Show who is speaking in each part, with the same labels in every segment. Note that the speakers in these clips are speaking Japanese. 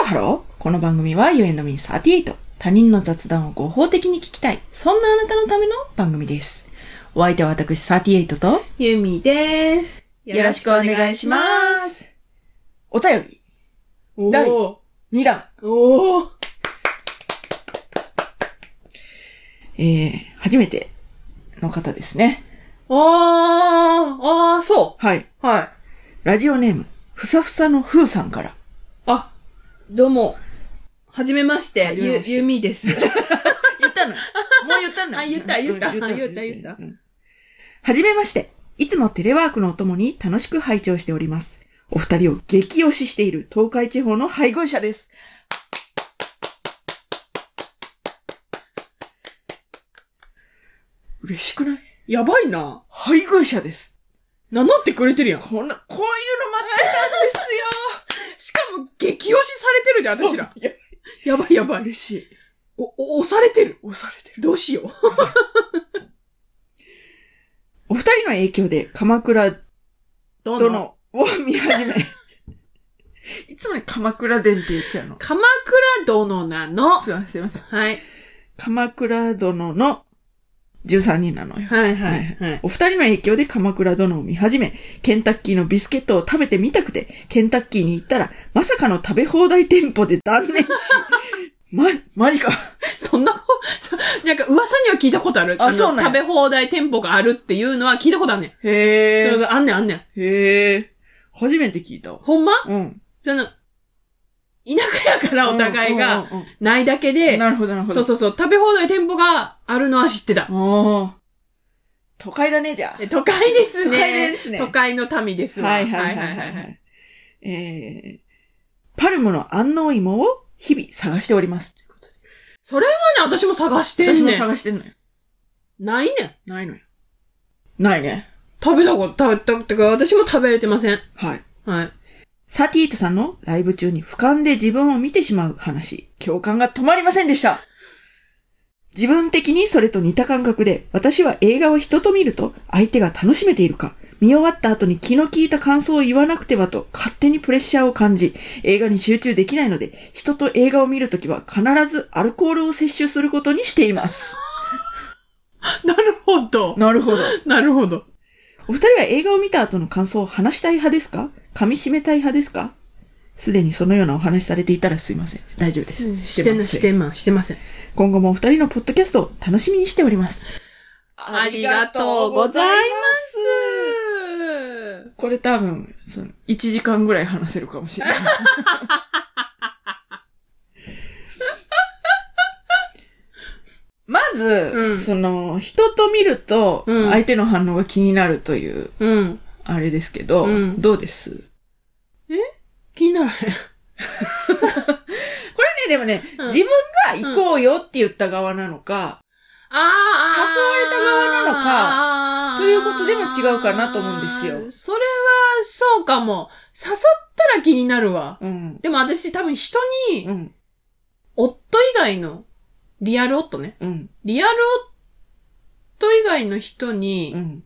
Speaker 1: ロハローこの番組は You and me38 他人の雑談を合法的に聞きたいそんなあなたのための番組ですお相手は私38と
Speaker 2: ゆみです。
Speaker 1: よろしくお願いします。お便り
Speaker 2: お
Speaker 1: 第
Speaker 2: ー
Speaker 1: 2弾
Speaker 2: おー
Speaker 1: えー、初めての方ですね
Speaker 2: あーあー、そ
Speaker 1: はい。
Speaker 2: う。はい。
Speaker 1: ラジオネーム、ふさふさのふーさんから。
Speaker 2: あ、どうも。はじめまして、
Speaker 1: じめ
Speaker 2: ゆ
Speaker 1: ま、して
Speaker 2: ゆみです。
Speaker 1: 言ったのよ。もう言ったのよ
Speaker 2: あ言った言った
Speaker 1: うん
Speaker 2: 言った言った
Speaker 1: うんはじめまして。いつもテレワークのお供に楽しく拝聴しております。お二人を激推ししている東海地方の配偶者です。嬉しくない
Speaker 2: やばいな。
Speaker 1: 配偶者です。
Speaker 2: 名乗ってくれてるやん。
Speaker 1: こんな、こういうの待ってたんですよ。
Speaker 2: しかも、激推しされてるで、私
Speaker 1: そ
Speaker 2: ら。
Speaker 1: う。いや
Speaker 2: やばいやばい。
Speaker 1: 嬉しい。
Speaker 2: お、お、押されてる。
Speaker 1: 押されてる。
Speaker 2: どうしよう。
Speaker 1: お二人の影響で鎌倉
Speaker 2: どの
Speaker 1: 殿を見始め。 いつもね、鎌倉殿って言っちゃうの。
Speaker 2: 鎌倉殿なの。
Speaker 1: すいません、すいません。
Speaker 2: はい。
Speaker 1: 鎌倉殿の13人なのよ。
Speaker 2: はいはいはい。
Speaker 1: お二人の影響で鎌倉殿を見始め、ケンタッキーのビスケットを食べてみたくて、ケンタッキーに行ったら、まさかの食べ放題店舗で断念し、 ま、マジか。
Speaker 2: そんなこ、なんか噂には聞いたことある。
Speaker 1: あ
Speaker 2: の
Speaker 1: そうなんや
Speaker 2: 食べ放題店舗があるっていうのは聞いたことあんねん。
Speaker 1: へ
Speaker 2: そう
Speaker 1: ー。
Speaker 2: そうあんねんあんねん。
Speaker 1: へー。初めて聞いたわ。
Speaker 2: ほんま
Speaker 1: うん。
Speaker 2: その、田舎やからお互い
Speaker 1: うん
Speaker 2: が、
Speaker 1: うんうん
Speaker 2: ないだけ
Speaker 1: うん。
Speaker 2: で、
Speaker 1: なるほど、なるほど。
Speaker 2: そうそうそう、食べ放題店舗があるのは知ってた。
Speaker 1: おー都会だね、じゃあ
Speaker 2: え。都会ですね。
Speaker 1: 都会ですね
Speaker 2: 都会の民ですわ。
Speaker 1: はいはいはいはいはい。えー、パルムの安納芋を日々探しております。ということ
Speaker 2: それはね、私も探して
Speaker 1: で。私
Speaker 2: ん
Speaker 1: も
Speaker 2: ねん。
Speaker 1: 探してんのよ。
Speaker 2: ないねん。
Speaker 1: ないのよ。ないね。
Speaker 2: 食べたこと、食べたことか、私も食べれてません。
Speaker 1: はい。
Speaker 2: はい。
Speaker 1: サティートさんのライブ中に俯瞰で自分を見てしまう話。共感が止まりませんでした。自分的にそれと似た感覚で、私は映画を人と見ると相手が楽しめているか、見終わった後に気の利いた感想を言わなくてはと勝手にプレッシャーを感じ、映画に集中できないので、人と映画を見るときは必ずアルコールを摂取することにしています。
Speaker 2: なるほど。
Speaker 1: なるほど。
Speaker 2: なるほど。
Speaker 1: お二人は映画を見た後の感想を話したい派ですか噛み締めたい派ですかすでにそのようなお話しされていたらすいません。大丈夫です。
Speaker 2: してな、してま、してません。
Speaker 1: 今後もお二人のポッドキャストを楽しみにしております。
Speaker 2: ありがとうございます。
Speaker 1: これ多分、その、1時間ぐらい話せるかもしれ ない。まず、
Speaker 2: うん
Speaker 1: その、人と見ると、
Speaker 2: うん
Speaker 1: 相手の反応が気になるという、
Speaker 2: うん。
Speaker 1: あれですけど、
Speaker 2: うん
Speaker 1: どうです
Speaker 2: 気にならへん。
Speaker 1: これね、でもね、
Speaker 2: うん
Speaker 1: 自分が行こうよって言った側なのか、
Speaker 2: ああ。
Speaker 1: 誘われた側なの
Speaker 2: か
Speaker 1: ということでも違うかなと思うんですよ
Speaker 2: それは、そうかも。誘ったら気になるわ。
Speaker 1: うん。
Speaker 2: でも私多分人に
Speaker 1: う、ん。
Speaker 2: 夫以外の、リアル夫ね。
Speaker 1: うん。
Speaker 2: リアル夫以外の人に、
Speaker 1: う
Speaker 2: 誘っ
Speaker 1: ん。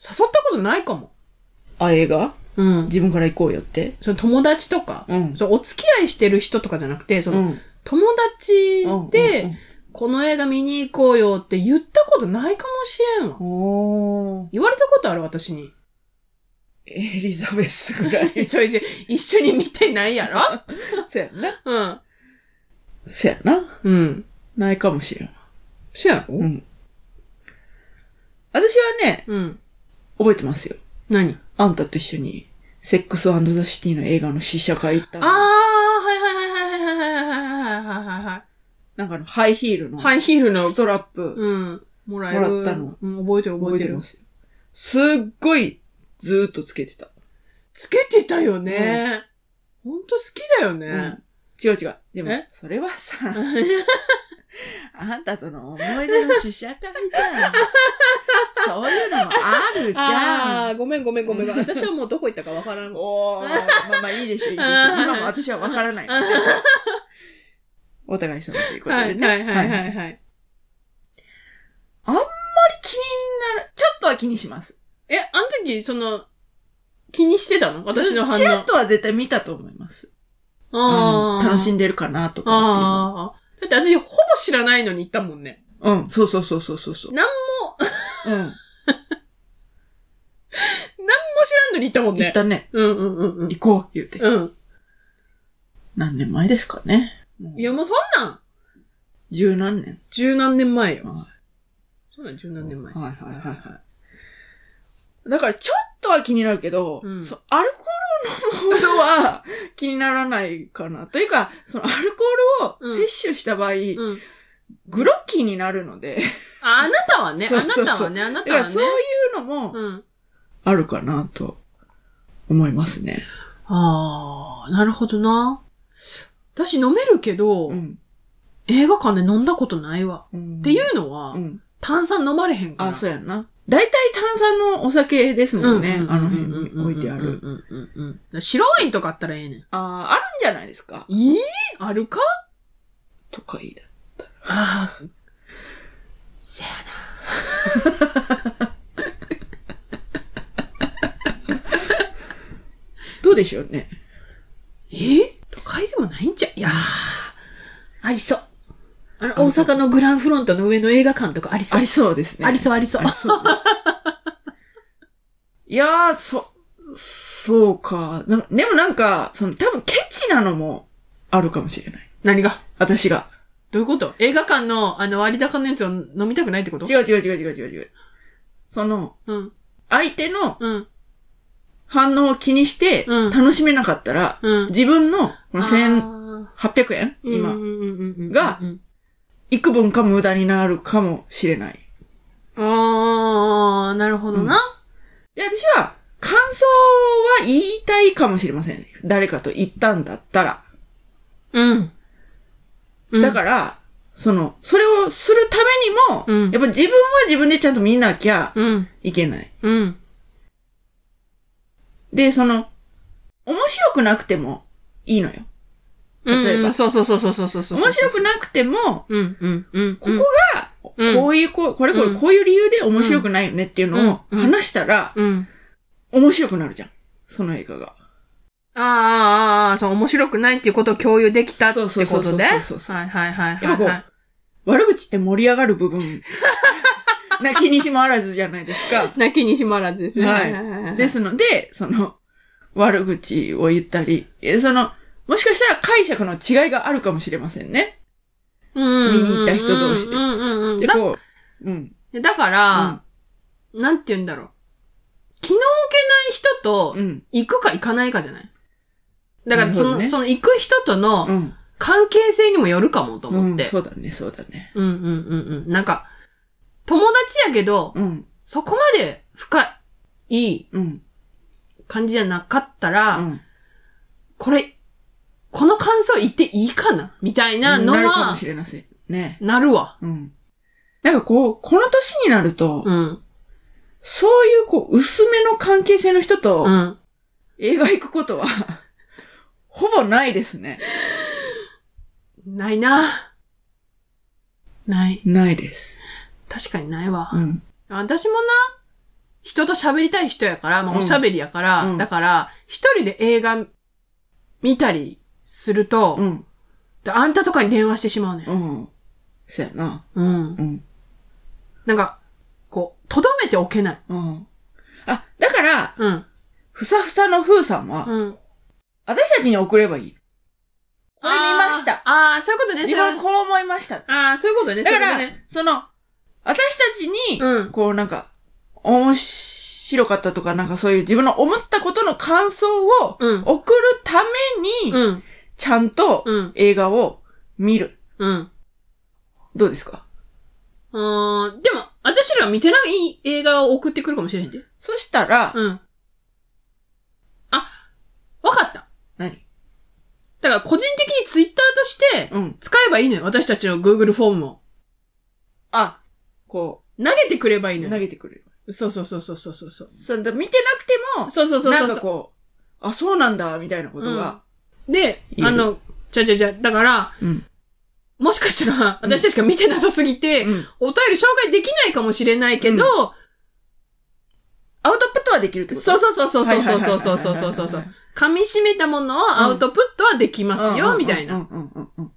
Speaker 2: たことないかも。
Speaker 1: あ、映画
Speaker 2: うん。
Speaker 1: 自分から行こうよって。
Speaker 2: その友達とか、
Speaker 1: うん。
Speaker 2: そのお付き合いしてる人とかじゃなくて、その、
Speaker 1: ん。
Speaker 2: 友達で、
Speaker 1: うん、
Speaker 2: この映画見に行こうよって言ったことないかもしれんわ
Speaker 1: うん。おー。
Speaker 2: 言われたことある私に。
Speaker 1: エリザベスぐらい。
Speaker 2: それじゃ、一緒に見てないやろ
Speaker 1: そやんな。
Speaker 2: うん。
Speaker 1: そやな。
Speaker 2: うん。
Speaker 1: ないかもしれん。
Speaker 2: そやろ
Speaker 1: うん。私はね、
Speaker 2: うん。
Speaker 1: 覚えてますよ。
Speaker 2: 何
Speaker 1: あんたと一緒に、セックスザ・シティの映画の試写会行った
Speaker 2: あー、
Speaker 1: の
Speaker 2: はいはいはいはいはいはいはいはいは
Speaker 1: なんかあの、ハイヒールの
Speaker 2: い。、ハイヒールの
Speaker 1: ス、トラップ、
Speaker 2: うん。もらえる。
Speaker 1: もらったの
Speaker 2: うん、覚えてる覚
Speaker 1: 覚
Speaker 2: え
Speaker 1: え
Speaker 2: て
Speaker 1: て
Speaker 2: る
Speaker 1: ま。すよ。すっごい、ずーっとつけてた。
Speaker 2: つけてたよね。ほんと好きだよ
Speaker 1: う
Speaker 2: ね
Speaker 1: ん。違う違う。でも
Speaker 2: え、
Speaker 1: それはさ、あんたその思い出の試写会じゃ ん。そういうのもあるじ
Speaker 2: あ
Speaker 1: ゃ
Speaker 2: ー、
Speaker 1: ん。
Speaker 2: ごめんごめんごめん。私はもうどこ行ったかわからん。
Speaker 1: おー、まあまあいいでしょう、いいでしょう。
Speaker 2: あー
Speaker 1: 今も私はわからない。お互い様ということ
Speaker 2: は
Speaker 1: で
Speaker 2: い
Speaker 1: ね。
Speaker 2: はいはいは
Speaker 1: あんまり
Speaker 2: いはい。
Speaker 1: 気になる、ちょっとは気にします。
Speaker 2: え、あの時、その、気にしてたの私の反
Speaker 1: ちらっ
Speaker 2: 応。
Speaker 1: とは絶対見たと思います。あ
Speaker 2: あ
Speaker 1: の
Speaker 2: あ。
Speaker 1: 楽しん
Speaker 2: で。
Speaker 1: でるかなとかっ
Speaker 2: ああ。だって私、ほぼ知らないのに行ったもんね。
Speaker 1: ていうの。うん、そうそうそうそうそうそう。
Speaker 2: なん
Speaker 1: も。うん。
Speaker 2: ほぼ知らんのに行ったもん
Speaker 1: 行
Speaker 2: ね
Speaker 1: っ。たね。
Speaker 2: うんうんうんうん。
Speaker 1: 行こう、言うて。
Speaker 2: うん。
Speaker 1: 何年前ですかね。もう
Speaker 2: いや、もうそんなん、
Speaker 1: 十何年。
Speaker 2: 十何年前よ。
Speaker 1: は
Speaker 2: そんなん十何年前
Speaker 1: い
Speaker 2: です。
Speaker 1: はいはいはいはい。だからちょっとは気になるけど、
Speaker 2: うん
Speaker 1: そアルコールの濃度は気にならないかな。というか、そのアルコールを摂取した場合、
Speaker 2: うん。
Speaker 1: グロッキーになるので、
Speaker 2: ああなたはね、
Speaker 1: そう
Speaker 2: あ
Speaker 1: そう
Speaker 2: な
Speaker 1: そう
Speaker 2: たはね、あな
Speaker 1: だ
Speaker 2: た
Speaker 1: か
Speaker 2: はね。
Speaker 1: らそういうのも
Speaker 2: うん。
Speaker 1: あるかなと思いますね。
Speaker 2: ああ、なるほどな。私飲めるけど、
Speaker 1: ん。
Speaker 2: 映画館で飲んだことないわ。
Speaker 1: っ
Speaker 2: っていうのは、
Speaker 1: うん。
Speaker 2: 炭酸飲まれへんから。
Speaker 1: あ、そうやんな。大体炭酸のお酒ですもんね。あの辺に置いてあ
Speaker 2: うん
Speaker 1: る。
Speaker 2: うんうんうんうん。白ワインとかあったらええねん。
Speaker 1: ああ、あるんじゃないですか。
Speaker 2: いいあるか
Speaker 1: とかいいだ。
Speaker 2: ああ。せや
Speaker 1: どうでしょうね。
Speaker 2: な。え都会でもないんじゃ、いやーありそう。あの、大阪のグランフロントの上の映画館とかありそ
Speaker 1: あ
Speaker 2: う。
Speaker 1: りそうですね。
Speaker 2: ありそう、ありそう
Speaker 1: あ。りそうです。いやー、そ、そうか。なでもなんか、その、多分ケチなのもあるかもしれない。
Speaker 2: 何が
Speaker 1: 私が。
Speaker 2: どういうこと映画館の、あの、割高のやつを飲みたくないってこと
Speaker 1: 違う違う違う違う違う違う。その、
Speaker 2: うん。
Speaker 1: 相手の
Speaker 2: うん。
Speaker 1: 反応を気にして、
Speaker 2: うん
Speaker 1: 楽しめなかったら、
Speaker 2: うん。
Speaker 1: 自分の、この1800
Speaker 2: あ
Speaker 1: 円
Speaker 2: ー、
Speaker 1: 今、
Speaker 2: うんうんうんうん
Speaker 1: が
Speaker 2: うん
Speaker 1: 幾分か無駄になるかもしれない。
Speaker 2: ああ、なるほどな。
Speaker 1: で、私は、感想は言いたいかもしれません。誰かと言ったんだったら。
Speaker 2: うん。
Speaker 1: だから、その、それをするためにも、
Speaker 2: うん
Speaker 1: やっぱ自分は自分でちゃんと見なきゃ
Speaker 2: ら、うん。
Speaker 1: いけない。
Speaker 2: うん。
Speaker 1: で、その、面白くなくてもいいのよ。例えば
Speaker 2: うんうんそうそうそうそうそうそうそう。
Speaker 1: 面白くなくても、
Speaker 2: うん、うん、うん。
Speaker 1: ここが、
Speaker 2: うん
Speaker 1: こういう、こうこれこ
Speaker 2: う
Speaker 1: れ、
Speaker 2: ん
Speaker 1: こういう理由で面白くないよねっていうのを
Speaker 2: うんうん
Speaker 1: 話したら、
Speaker 2: うん。
Speaker 1: 面白くなるじゃん。その映画が。
Speaker 2: ああ、ああ、ああ、そう、面白くないっていうことを共有できたっ
Speaker 1: そう
Speaker 2: てこと
Speaker 1: そう
Speaker 2: で。
Speaker 1: そうそうそうそうそう
Speaker 2: はいはいはいはい、
Speaker 1: やっぱこう
Speaker 2: はい。
Speaker 1: 悪口って盛り上がる部 分、な気にしもあらずじゃないですか。
Speaker 2: 泣きにしまらずですね。
Speaker 1: はい
Speaker 2: い
Speaker 1: ですので、その、悪口を言ったり、えその、もしかしたら解釈の違いがあるかもしれませんね。
Speaker 2: 見
Speaker 1: 見に行った人同士で
Speaker 2: うんうんうん。
Speaker 1: で、
Speaker 2: だ
Speaker 1: こう、うん。
Speaker 2: だから、なんて言うんだろう。気の置けない人と
Speaker 1: うん。う、ん。
Speaker 2: 行くか行かないかじゃないだから、
Speaker 1: なるほ
Speaker 2: そ
Speaker 1: ど
Speaker 2: の、
Speaker 1: ね
Speaker 2: その行く人と
Speaker 1: う
Speaker 2: の
Speaker 1: ん。
Speaker 2: 関係性にもよるかもと思っ
Speaker 1: うん
Speaker 2: て。
Speaker 1: そうだね、そうだね。
Speaker 2: うんうんうんうん。なんか、友達やけど、
Speaker 1: うん。
Speaker 2: そこまで深い
Speaker 1: うん。
Speaker 2: 感じじゃなかったら、
Speaker 1: うん。
Speaker 2: これ、この感想言っていいかなみたいなの
Speaker 1: るか
Speaker 2: は
Speaker 1: も、しれません。ね。
Speaker 2: なるわ。
Speaker 1: うん。なんかこう、この年になると、
Speaker 2: うん。
Speaker 1: そういうこう、薄めの関係性の人と
Speaker 2: う、ん。
Speaker 1: 映画行くことは、ほぼないですね。
Speaker 2: ないな。ない。
Speaker 1: ないです。
Speaker 2: 確かにないわ。
Speaker 1: うん。
Speaker 2: 私もな、人と喋りたい人やから、まあ、
Speaker 1: うん
Speaker 2: おしゃべりやから、
Speaker 1: うん
Speaker 2: だから、一人で映画見たりすると、
Speaker 1: うん。
Speaker 2: であんたとかに電話してしまうね
Speaker 1: う。ん。そうやな。
Speaker 2: うん。
Speaker 1: うん。
Speaker 2: なんか、こう、とどめておけない。
Speaker 1: うん。あ、だから、
Speaker 2: うん。
Speaker 1: ふさふさのふーさんは、
Speaker 2: うん。
Speaker 1: 私たちに送ればいい。これ見ました。
Speaker 2: あーあー、そういうことね。
Speaker 1: 自
Speaker 2: そうい
Speaker 1: 分
Speaker 2: う
Speaker 1: こう思いました。
Speaker 2: ああ、そういうことね。
Speaker 1: だから、
Speaker 2: そういうことね
Speaker 1: その、私たちに、
Speaker 2: うん
Speaker 1: こうなんか、面白かったとか、なんかそういう自分の思ったことの感想を
Speaker 2: うん
Speaker 1: 送るために、
Speaker 2: うん。
Speaker 1: ちゃんと
Speaker 2: うん
Speaker 1: 映画を見る。
Speaker 2: うん。
Speaker 1: どうですか
Speaker 2: うーん。でも、私ら見てない映画を送ってくるかもしれへんで。
Speaker 1: そしたら、
Speaker 2: うん。あ、わかった。
Speaker 1: 何
Speaker 2: だから個人的にツイッターとして、
Speaker 1: うん。
Speaker 2: 使えばいいのよ。私たちの Google フォームを。
Speaker 1: あ、こ、
Speaker 2: 投げてくればいいうの
Speaker 1: 投
Speaker 2: よ。
Speaker 1: げてくれる。
Speaker 2: そうそうそうそうそうそう。そう
Speaker 1: そんで見てなくても、
Speaker 2: そうそうそうそう
Speaker 1: なんかこう、あ、そうなんだ、みたいなことが。
Speaker 2: で、
Speaker 1: 言える
Speaker 2: あの、じゃじゃじゃ、だから、
Speaker 1: うん。
Speaker 2: もしかしたら、私たちが見てなさすぎて、
Speaker 1: うん。
Speaker 2: お便り紹介できないかもしれないけど、
Speaker 1: アウトプットはできるってこと
Speaker 2: そうそうそうそうそうそうそうそう
Speaker 1: はいはいはいはいはい
Speaker 2: そうそうそう。噛み締めたものをアウトプットはできますよ、みたいな。
Speaker 1: うんうんうんうん。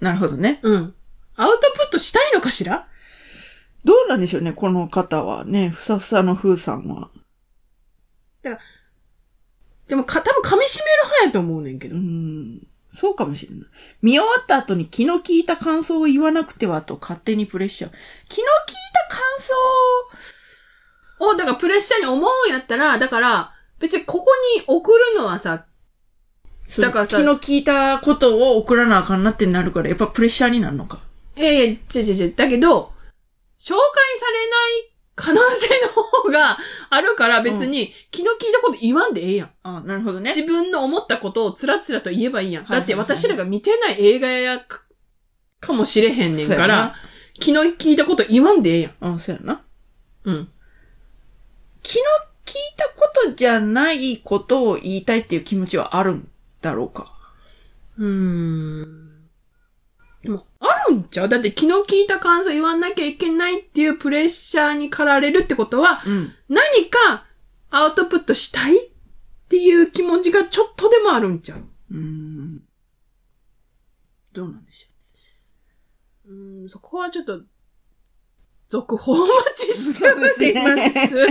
Speaker 1: なるほどね。
Speaker 2: うん。アウトプットしたいのかしら
Speaker 1: どうなんでしょうね、この方はね、ふさふさのふーさんは。
Speaker 2: でもか、多分噛み締める派やと思うねんけ
Speaker 1: う
Speaker 2: ど。
Speaker 1: ん。そうかもしれない。見終わった後に気の利いた感想を言わなくてはと勝手にプレッシャー。気の利いた感想
Speaker 2: お、だからプレッシャーに思うんやったら、だから、別にここに送るのはさ、
Speaker 1: そう
Speaker 2: だからさ
Speaker 1: 気の利いたことを送らなあかんなってなるから、やっぱプレッシャーになるのか。
Speaker 2: いやいや、違う違う違う。だけど、紹介されない可能性の方が あるから別に気の利いたこと言わんでええやん。
Speaker 1: あなるほどね。
Speaker 2: 自分の思ったことをつらつらと言えばいいやん。
Speaker 1: はいは
Speaker 2: だ
Speaker 1: い
Speaker 2: って私らが見てない映画やかかもしれへんねんか
Speaker 1: そうや
Speaker 2: ら
Speaker 1: な、
Speaker 2: 気の利いたこと言わんでええやん。
Speaker 1: あそうやな。
Speaker 2: うん。
Speaker 1: 気の利いたことじゃないことを言いたいっていう気持ちはあるんだろうか。
Speaker 2: うーん。でも、あるんちゃうだって気の利いた感想言わなきゃいけないっていうプレッシャーに駆られるってことは、
Speaker 1: うん。
Speaker 2: 何かアウトプットしたいっていう気持ちがちょっとでもあるんちゃう
Speaker 1: うーん。どうなんでしょ
Speaker 2: うーん、そこはちょっと、続報をお待ちしており ます。
Speaker 1: そう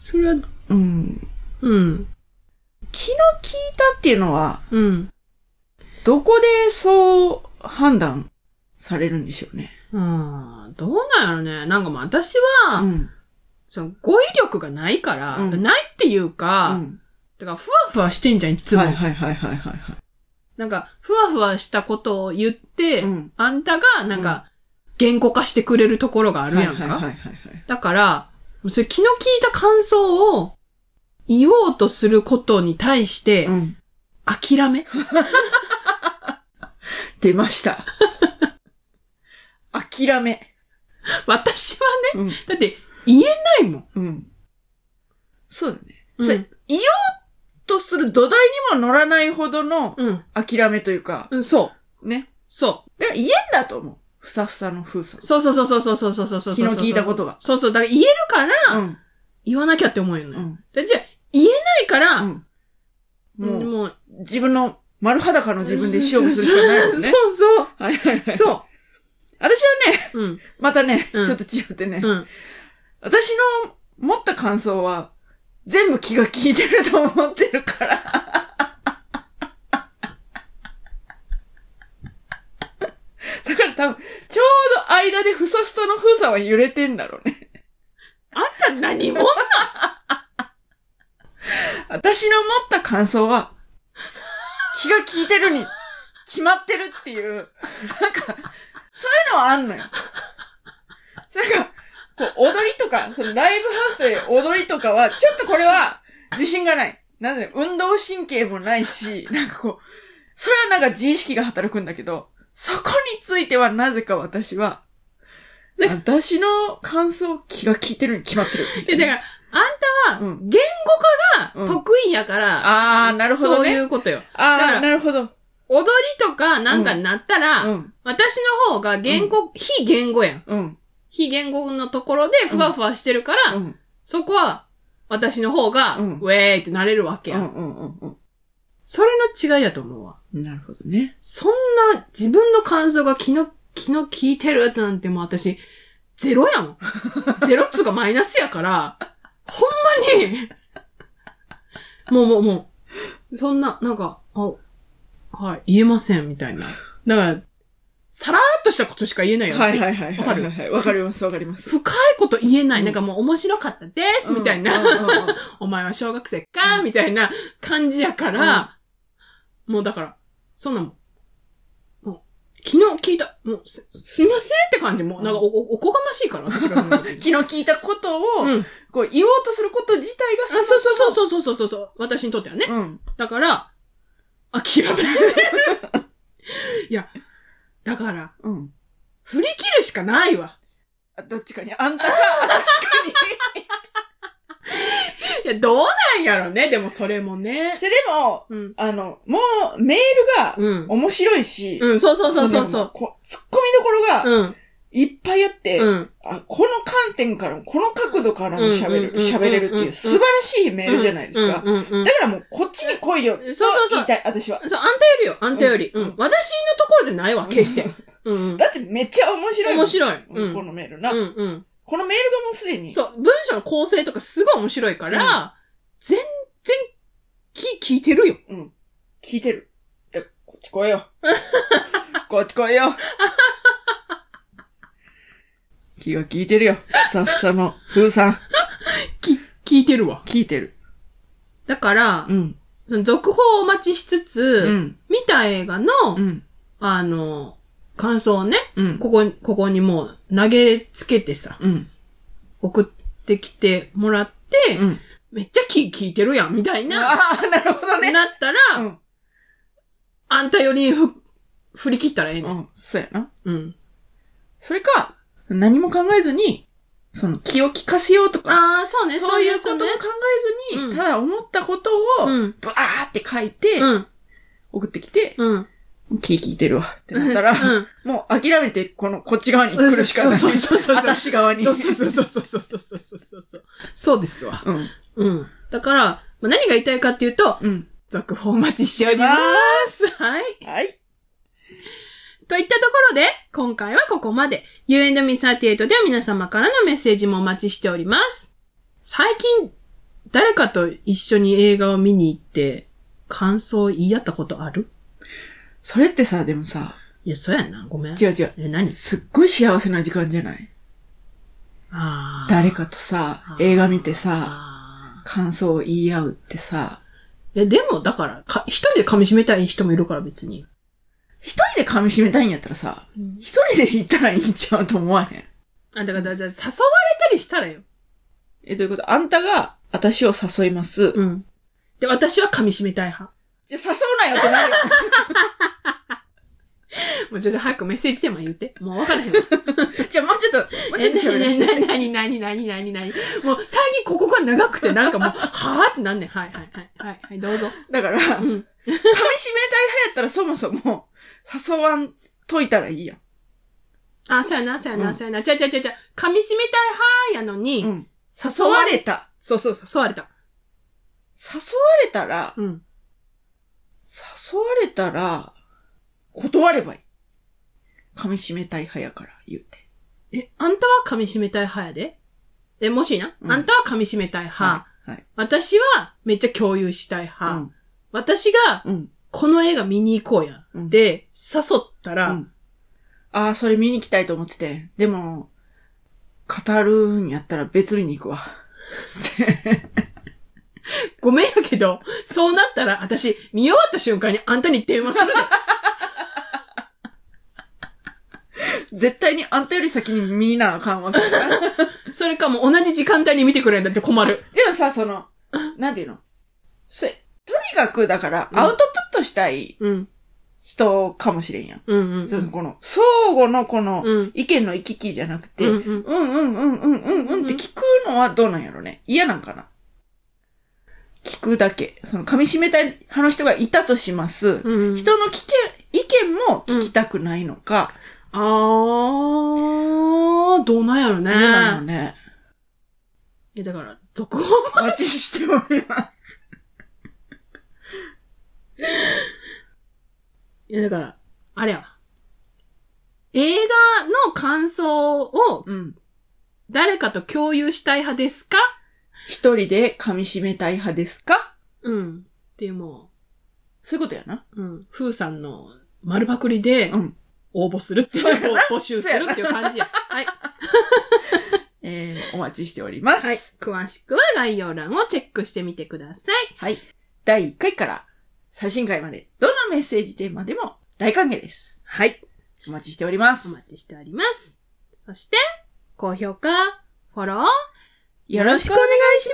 Speaker 2: それは、
Speaker 1: う。うん。
Speaker 2: うん、
Speaker 1: 気の利いたっていうのは、
Speaker 2: うん。
Speaker 1: どこでそう判断されるんでしょうね。
Speaker 2: うん、どうなんやろね。なんかもう私は、
Speaker 1: うん。
Speaker 2: その語彙力がないから、
Speaker 1: うん
Speaker 2: ないっていうか、
Speaker 1: うん
Speaker 2: だからふわふわしてんじゃん、いつも。
Speaker 1: はいはいはいはいはいは
Speaker 2: なんか、ふわふわしたことを言っ
Speaker 1: い。
Speaker 2: て、
Speaker 1: うん。
Speaker 2: あんたが、なんか、言語化してくれるところがあるやんか。
Speaker 1: はいはいはいはいはい。
Speaker 2: だから、それ気の利いた感想を言おうとすることに対して
Speaker 1: う、ん。
Speaker 2: 諦め、
Speaker 1: 出ま した。諦め。
Speaker 2: 私はね、
Speaker 1: うん。
Speaker 2: だって言えないもん。
Speaker 1: うん。そうだね。
Speaker 2: うん
Speaker 1: それ言おうとする土台にも乗らないほどの
Speaker 2: うん。
Speaker 1: 諦めというか、
Speaker 2: うん、そう。
Speaker 1: ね。
Speaker 2: そう。
Speaker 1: だから言えんだと思う。ふさふさの風さん。
Speaker 2: そうそうそうそうそうそうそうそうそう。
Speaker 1: 気の利いたことが。
Speaker 2: そうそう。だから言えるから、
Speaker 1: うん。
Speaker 2: 言わなきゃって思うよね。
Speaker 1: うん。
Speaker 2: でじゃあ、言えないから、
Speaker 1: うん。
Speaker 2: もう、
Speaker 1: もう、自分の丸裸の自分で勝負するしかないもんね。
Speaker 2: そうそう。
Speaker 1: はいはいはい。
Speaker 2: そ
Speaker 1: 私はね、
Speaker 2: う。うん。
Speaker 1: またね、
Speaker 2: うん
Speaker 1: ちょっと違ってね、
Speaker 2: うん。
Speaker 1: 私の持った感想は、全部気が利いてると思ってるから。だから多分、ちょうど間でふさふさの風さは揺れてんだろうね。
Speaker 2: あんた何も
Speaker 1: 私の持った感想は、気が利いてるに決まってるっていう、なんか、そういうのはあんのよ。それが、こう、踊りとか、そのライブハウスで踊りとかは、ちょっとこれは自信がない。なんで、運動神経もないし、なんかこう、それはなんか自意識が働くんだけど、そこについてはなぜか私は、
Speaker 2: ね
Speaker 1: 私の感想、気が利いてるに決まってるみた
Speaker 2: で、
Speaker 1: いな。
Speaker 2: だから、あんた
Speaker 1: う
Speaker 2: は
Speaker 1: ん
Speaker 2: 言語化が得意やから、
Speaker 1: あー、なるほどね。
Speaker 2: そういうことよ。だか
Speaker 1: あ
Speaker 2: ら
Speaker 1: あ、なるほど。
Speaker 2: 踊りとかなんかなったら、
Speaker 1: うん。
Speaker 2: 私の方が言語、非言語やん。
Speaker 1: うん。
Speaker 2: 非言語のところでふわふわしてるから、
Speaker 1: うん。
Speaker 2: そこは私の方が、
Speaker 1: うん
Speaker 2: ウェーイってなれるわけ
Speaker 1: う
Speaker 2: や、ん。
Speaker 1: ん。うん。うん。
Speaker 2: それの違いやと思うわ。
Speaker 1: なるほどね。
Speaker 2: そんな自分の感想が気の、気の利いてるなんてもう私、ゼロ やもん。ゼロっつうかマイナスやから、ほんまに、もうもうもう、そんな、なんか、あ、はい、言えません、みたいな。だから、さらーっとしたことしか言えないよ、私
Speaker 1: はいはいはい。
Speaker 2: わかる
Speaker 1: はいはいはいわかりますわかります。
Speaker 2: 深いこと言えない、
Speaker 1: うん
Speaker 2: なんかもう面白かったです、みたいな、
Speaker 1: うん。うんうんうん
Speaker 2: お前は小学生か、みたいな感じやから、もうだから、そんなもん、もう、昨日聞いた、もうす、すいませんって感じ、もう、なんかお、おおこがましいから、私が。
Speaker 1: 気の利いたことを、
Speaker 2: うん。あ
Speaker 1: こう、言おうとすること自体が
Speaker 2: そう
Speaker 1: さ
Speaker 2: そうそうそうそうそうそう、私にとってはね。
Speaker 1: うん。
Speaker 2: だから、諦めてる。 いや、だから、
Speaker 1: うん。
Speaker 2: 振り切るしかないわ。
Speaker 1: あどっちかに、あんたが、確かに。
Speaker 2: いや、どうなんやろね、でもそれもね。
Speaker 1: それでも、
Speaker 2: うん。
Speaker 1: あの、もう、メールが、
Speaker 2: うん。
Speaker 1: 面白いし、
Speaker 2: うん、そうそうそうそうそ
Speaker 1: の
Speaker 2: う。
Speaker 1: こう。突っ込みどころが、
Speaker 2: うん。
Speaker 1: いっぱいあって、
Speaker 2: うん。
Speaker 1: あ、この観点からも、この角度からも喋
Speaker 2: うんうんうん
Speaker 1: る、
Speaker 2: うん
Speaker 1: 喋れるっていう素晴らしいメールじゃないですか。
Speaker 2: うんうんうんうん
Speaker 1: だからもうこっちに来いよ。と
Speaker 2: そうそうそう
Speaker 1: 言いたい、私は。
Speaker 2: そう、あんたよりよ、あんたより。
Speaker 1: う
Speaker 2: うんん。私のところじゃないわ、決して。うんうん。
Speaker 1: だってめっちゃ面白いもん。
Speaker 2: 面白い。う
Speaker 1: うん
Speaker 2: ん。
Speaker 1: このメールな。
Speaker 2: うん
Speaker 1: このメールがもうすで
Speaker 2: うん。
Speaker 1: に。
Speaker 2: そう、文章の構成とかすごい面白いから、全然き聞いてるよ。
Speaker 1: うん。聞いてる。だからこっち来いよ。 こっち来いよ。気は聞いてるよ。スタッフさんの、風さん。
Speaker 2: き、聞いてるわ。
Speaker 1: 聞いてる。
Speaker 2: だから
Speaker 1: う、ん。
Speaker 2: その続報をお待ちしつ
Speaker 1: う
Speaker 2: つ、
Speaker 1: ん。
Speaker 2: 見た映画の、
Speaker 1: うん。
Speaker 2: あの、感想をね、
Speaker 1: うん。
Speaker 2: ここに、ここにもう投げつけてさ、
Speaker 1: うん。
Speaker 2: 送ってきてもらって、
Speaker 1: うん。
Speaker 2: めっちゃき聞いてるやん、みたいな、
Speaker 1: ああ、なるほどね。
Speaker 2: なったら、
Speaker 1: うん。
Speaker 2: あんたよりふ、振り切ったらええね。
Speaker 1: うんん。そうやな。
Speaker 2: うん。
Speaker 1: それか、何も考えずに、その気を利かせようとか、
Speaker 2: ああ、そうね、
Speaker 1: そういうこと
Speaker 2: ね
Speaker 1: も考えずに、
Speaker 2: うん
Speaker 1: ただ思ったことを、
Speaker 2: うん。
Speaker 1: バーって書いて、
Speaker 2: うん。
Speaker 1: 送ってきて、
Speaker 2: うん。
Speaker 1: 気聞いてるわってなったら、
Speaker 2: うん。
Speaker 1: もう諦めて、この、こっち側に来るしかない。
Speaker 2: そうそうそうそう
Speaker 1: 私側に。
Speaker 2: そうそうそうそうそうそうそうそうそうそう。そうですわ。
Speaker 1: うん。
Speaker 2: うん。だから、まあ、何が言いたいかっていうと、
Speaker 1: うん。
Speaker 2: 続報お待ちしております。はい。
Speaker 1: はい。
Speaker 2: といったところで、今回はここまで。U&Me38 では皆様からのメッセージもお待ちしております。最近、誰かと一緒に映画を見に行って、感想を言い合ったことある
Speaker 1: それってさ、でもさ、
Speaker 2: いや、そうやんな。ごめん。
Speaker 1: 違う違う。
Speaker 2: え、何
Speaker 1: すっごい幸せな時間じゃない
Speaker 2: あー
Speaker 1: 誰かとさ
Speaker 2: あ、ー
Speaker 1: 映画見てさ、
Speaker 2: あ
Speaker 1: 感想を言い合うってさ、
Speaker 2: ー。いや、でも、だから、か、一人で噛み締めたい人もいるから別に。
Speaker 1: 一人で噛み締めたいんやったらさ、一人で行ったらいいんちゃうと思わへん。
Speaker 2: あ、だから、だから、誘われたりしたらよ。
Speaker 1: え、どういうことあんたが、私を誘います。
Speaker 2: うん。で、私は噛み締めたい派。
Speaker 1: じゃ、誘うなよってなるよ。
Speaker 2: もうちょっと早くメッセージテーマ言って。もう分からへんわ。
Speaker 1: じゃ、もうちょっと、もうちょっと喋らせて。
Speaker 2: なになになになになにもう最近ここが長くてなんかもう、はぁってなんねん。はいはいはい。はい、はい、どうぞ。
Speaker 1: だから、噛み締
Speaker 2: ん
Speaker 1: めたい派やったらそもそも、誘わんといたらいいやん。
Speaker 2: あ、そうやな、そうやな、
Speaker 1: うん
Speaker 2: そうやな。ちゃうちゃうちゃうちゃう。噛み締めたい派やのに、
Speaker 1: うん。
Speaker 2: 誘
Speaker 1: 誘
Speaker 2: わ
Speaker 1: わ
Speaker 2: れ
Speaker 1: れた。
Speaker 2: そうそう、誘われた。
Speaker 1: 誘われたら、
Speaker 2: うん。
Speaker 1: 誘われたら、断ればいい。噛み締めたい派やから、言うて。
Speaker 2: え、あんたは噛み締めたい派やで。え、もしいな。
Speaker 1: うん
Speaker 2: あんたは噛み締めたい派。
Speaker 1: い。はい。
Speaker 2: 私はめっちゃ共有したい派。私が
Speaker 1: うん。うん。
Speaker 2: この映画見に行こうや。
Speaker 1: うん
Speaker 2: で、誘ったら、
Speaker 1: うんああ、それ見に行きたいと思ってて。でも、語るんやったら別日に行くわ。
Speaker 2: ごめんやけど、そうなったら私見終わった瞬間にあんたに電話するで。
Speaker 1: 絶対にあんたより先に見なあかんわけだから。で
Speaker 2: それかもう同じ時間帯に見てくれんだって困る。
Speaker 1: もさ、その、なんていうのせ、とにかくだから、
Speaker 2: うん
Speaker 1: アウトプットしたい
Speaker 2: うん。
Speaker 1: 人かもしれんやん。
Speaker 2: うんうん。
Speaker 1: そうこの、相互のこの
Speaker 2: うん、
Speaker 1: 意見の行き来じゃなくて、
Speaker 2: うん
Speaker 1: うん
Speaker 2: う
Speaker 1: うんう
Speaker 2: ん
Speaker 1: んうんうんうんって聞くのはどうなんやろね。嫌なんかな聞くだけ。その、噛み締めたい派の人がいたとします。
Speaker 2: うん。
Speaker 1: 人の聞け、意見も聞きたくないのか、
Speaker 2: あー、どうなんやろね。
Speaker 1: どうなのね。
Speaker 2: いや、だから、どこ
Speaker 1: お待ちしております。
Speaker 2: いや、だから、あれやわ。映画の感想を
Speaker 1: うん。
Speaker 2: 誰かと共有したい派ですか
Speaker 1: 一人で噛み締めたい派ですか
Speaker 2: うん。っていうも
Speaker 1: そういうことやな。
Speaker 2: う、うん。ふーさんの丸パクリで
Speaker 1: うん。
Speaker 2: 応募するっていう、募集するっていう感じや。 はい。
Speaker 1: えー、お待ちしております。
Speaker 2: はい。詳しくは概要欄をチェックしてみてください。
Speaker 1: はい。第1回から最新回まで、どのメッセージテーマでも大歓迎です。
Speaker 2: はい。
Speaker 1: お待ちしておりま
Speaker 2: お待
Speaker 1: す。
Speaker 2: ちしております。そして、高評価、フォロー。
Speaker 1: よろしくお願いし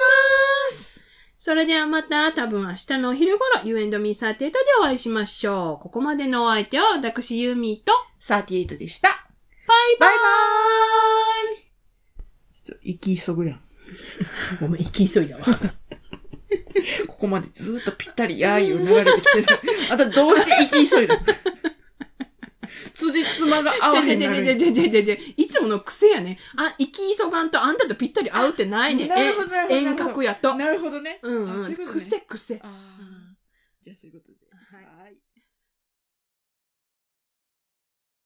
Speaker 1: ます。
Speaker 2: それではまた、多分明日のお昼頃、You and Me38 でお会いしましょう。ここまでのお相手は私ユーミーと、
Speaker 1: 38でした。
Speaker 2: バイバ
Speaker 1: バ
Speaker 2: イ
Speaker 1: イバーイちょっと、息急ぐやん。
Speaker 2: ごめん、行き急いだわ。
Speaker 1: ここまでずーっとぴったり やーいう流れてきてる。あんたどうして息急いだの 辻褄間が 合わ
Speaker 2: ちゃ
Speaker 1: へ
Speaker 2: ちゃ
Speaker 1: んな
Speaker 2: ちゃ
Speaker 1: る
Speaker 2: ちゃちゃちゃちゃちゃいつもの癖やね。あ、行き急がんとあんたとぴったり合うってないね。
Speaker 1: なるほどなるほど
Speaker 2: え遠隔やと。
Speaker 1: なるほどね。
Speaker 2: うん
Speaker 1: あ
Speaker 2: う
Speaker 1: そ
Speaker 2: ん。
Speaker 1: ういうことね
Speaker 2: 癖癖。
Speaker 1: ああ。じゃあそういうことで。
Speaker 2: はい
Speaker 1: はい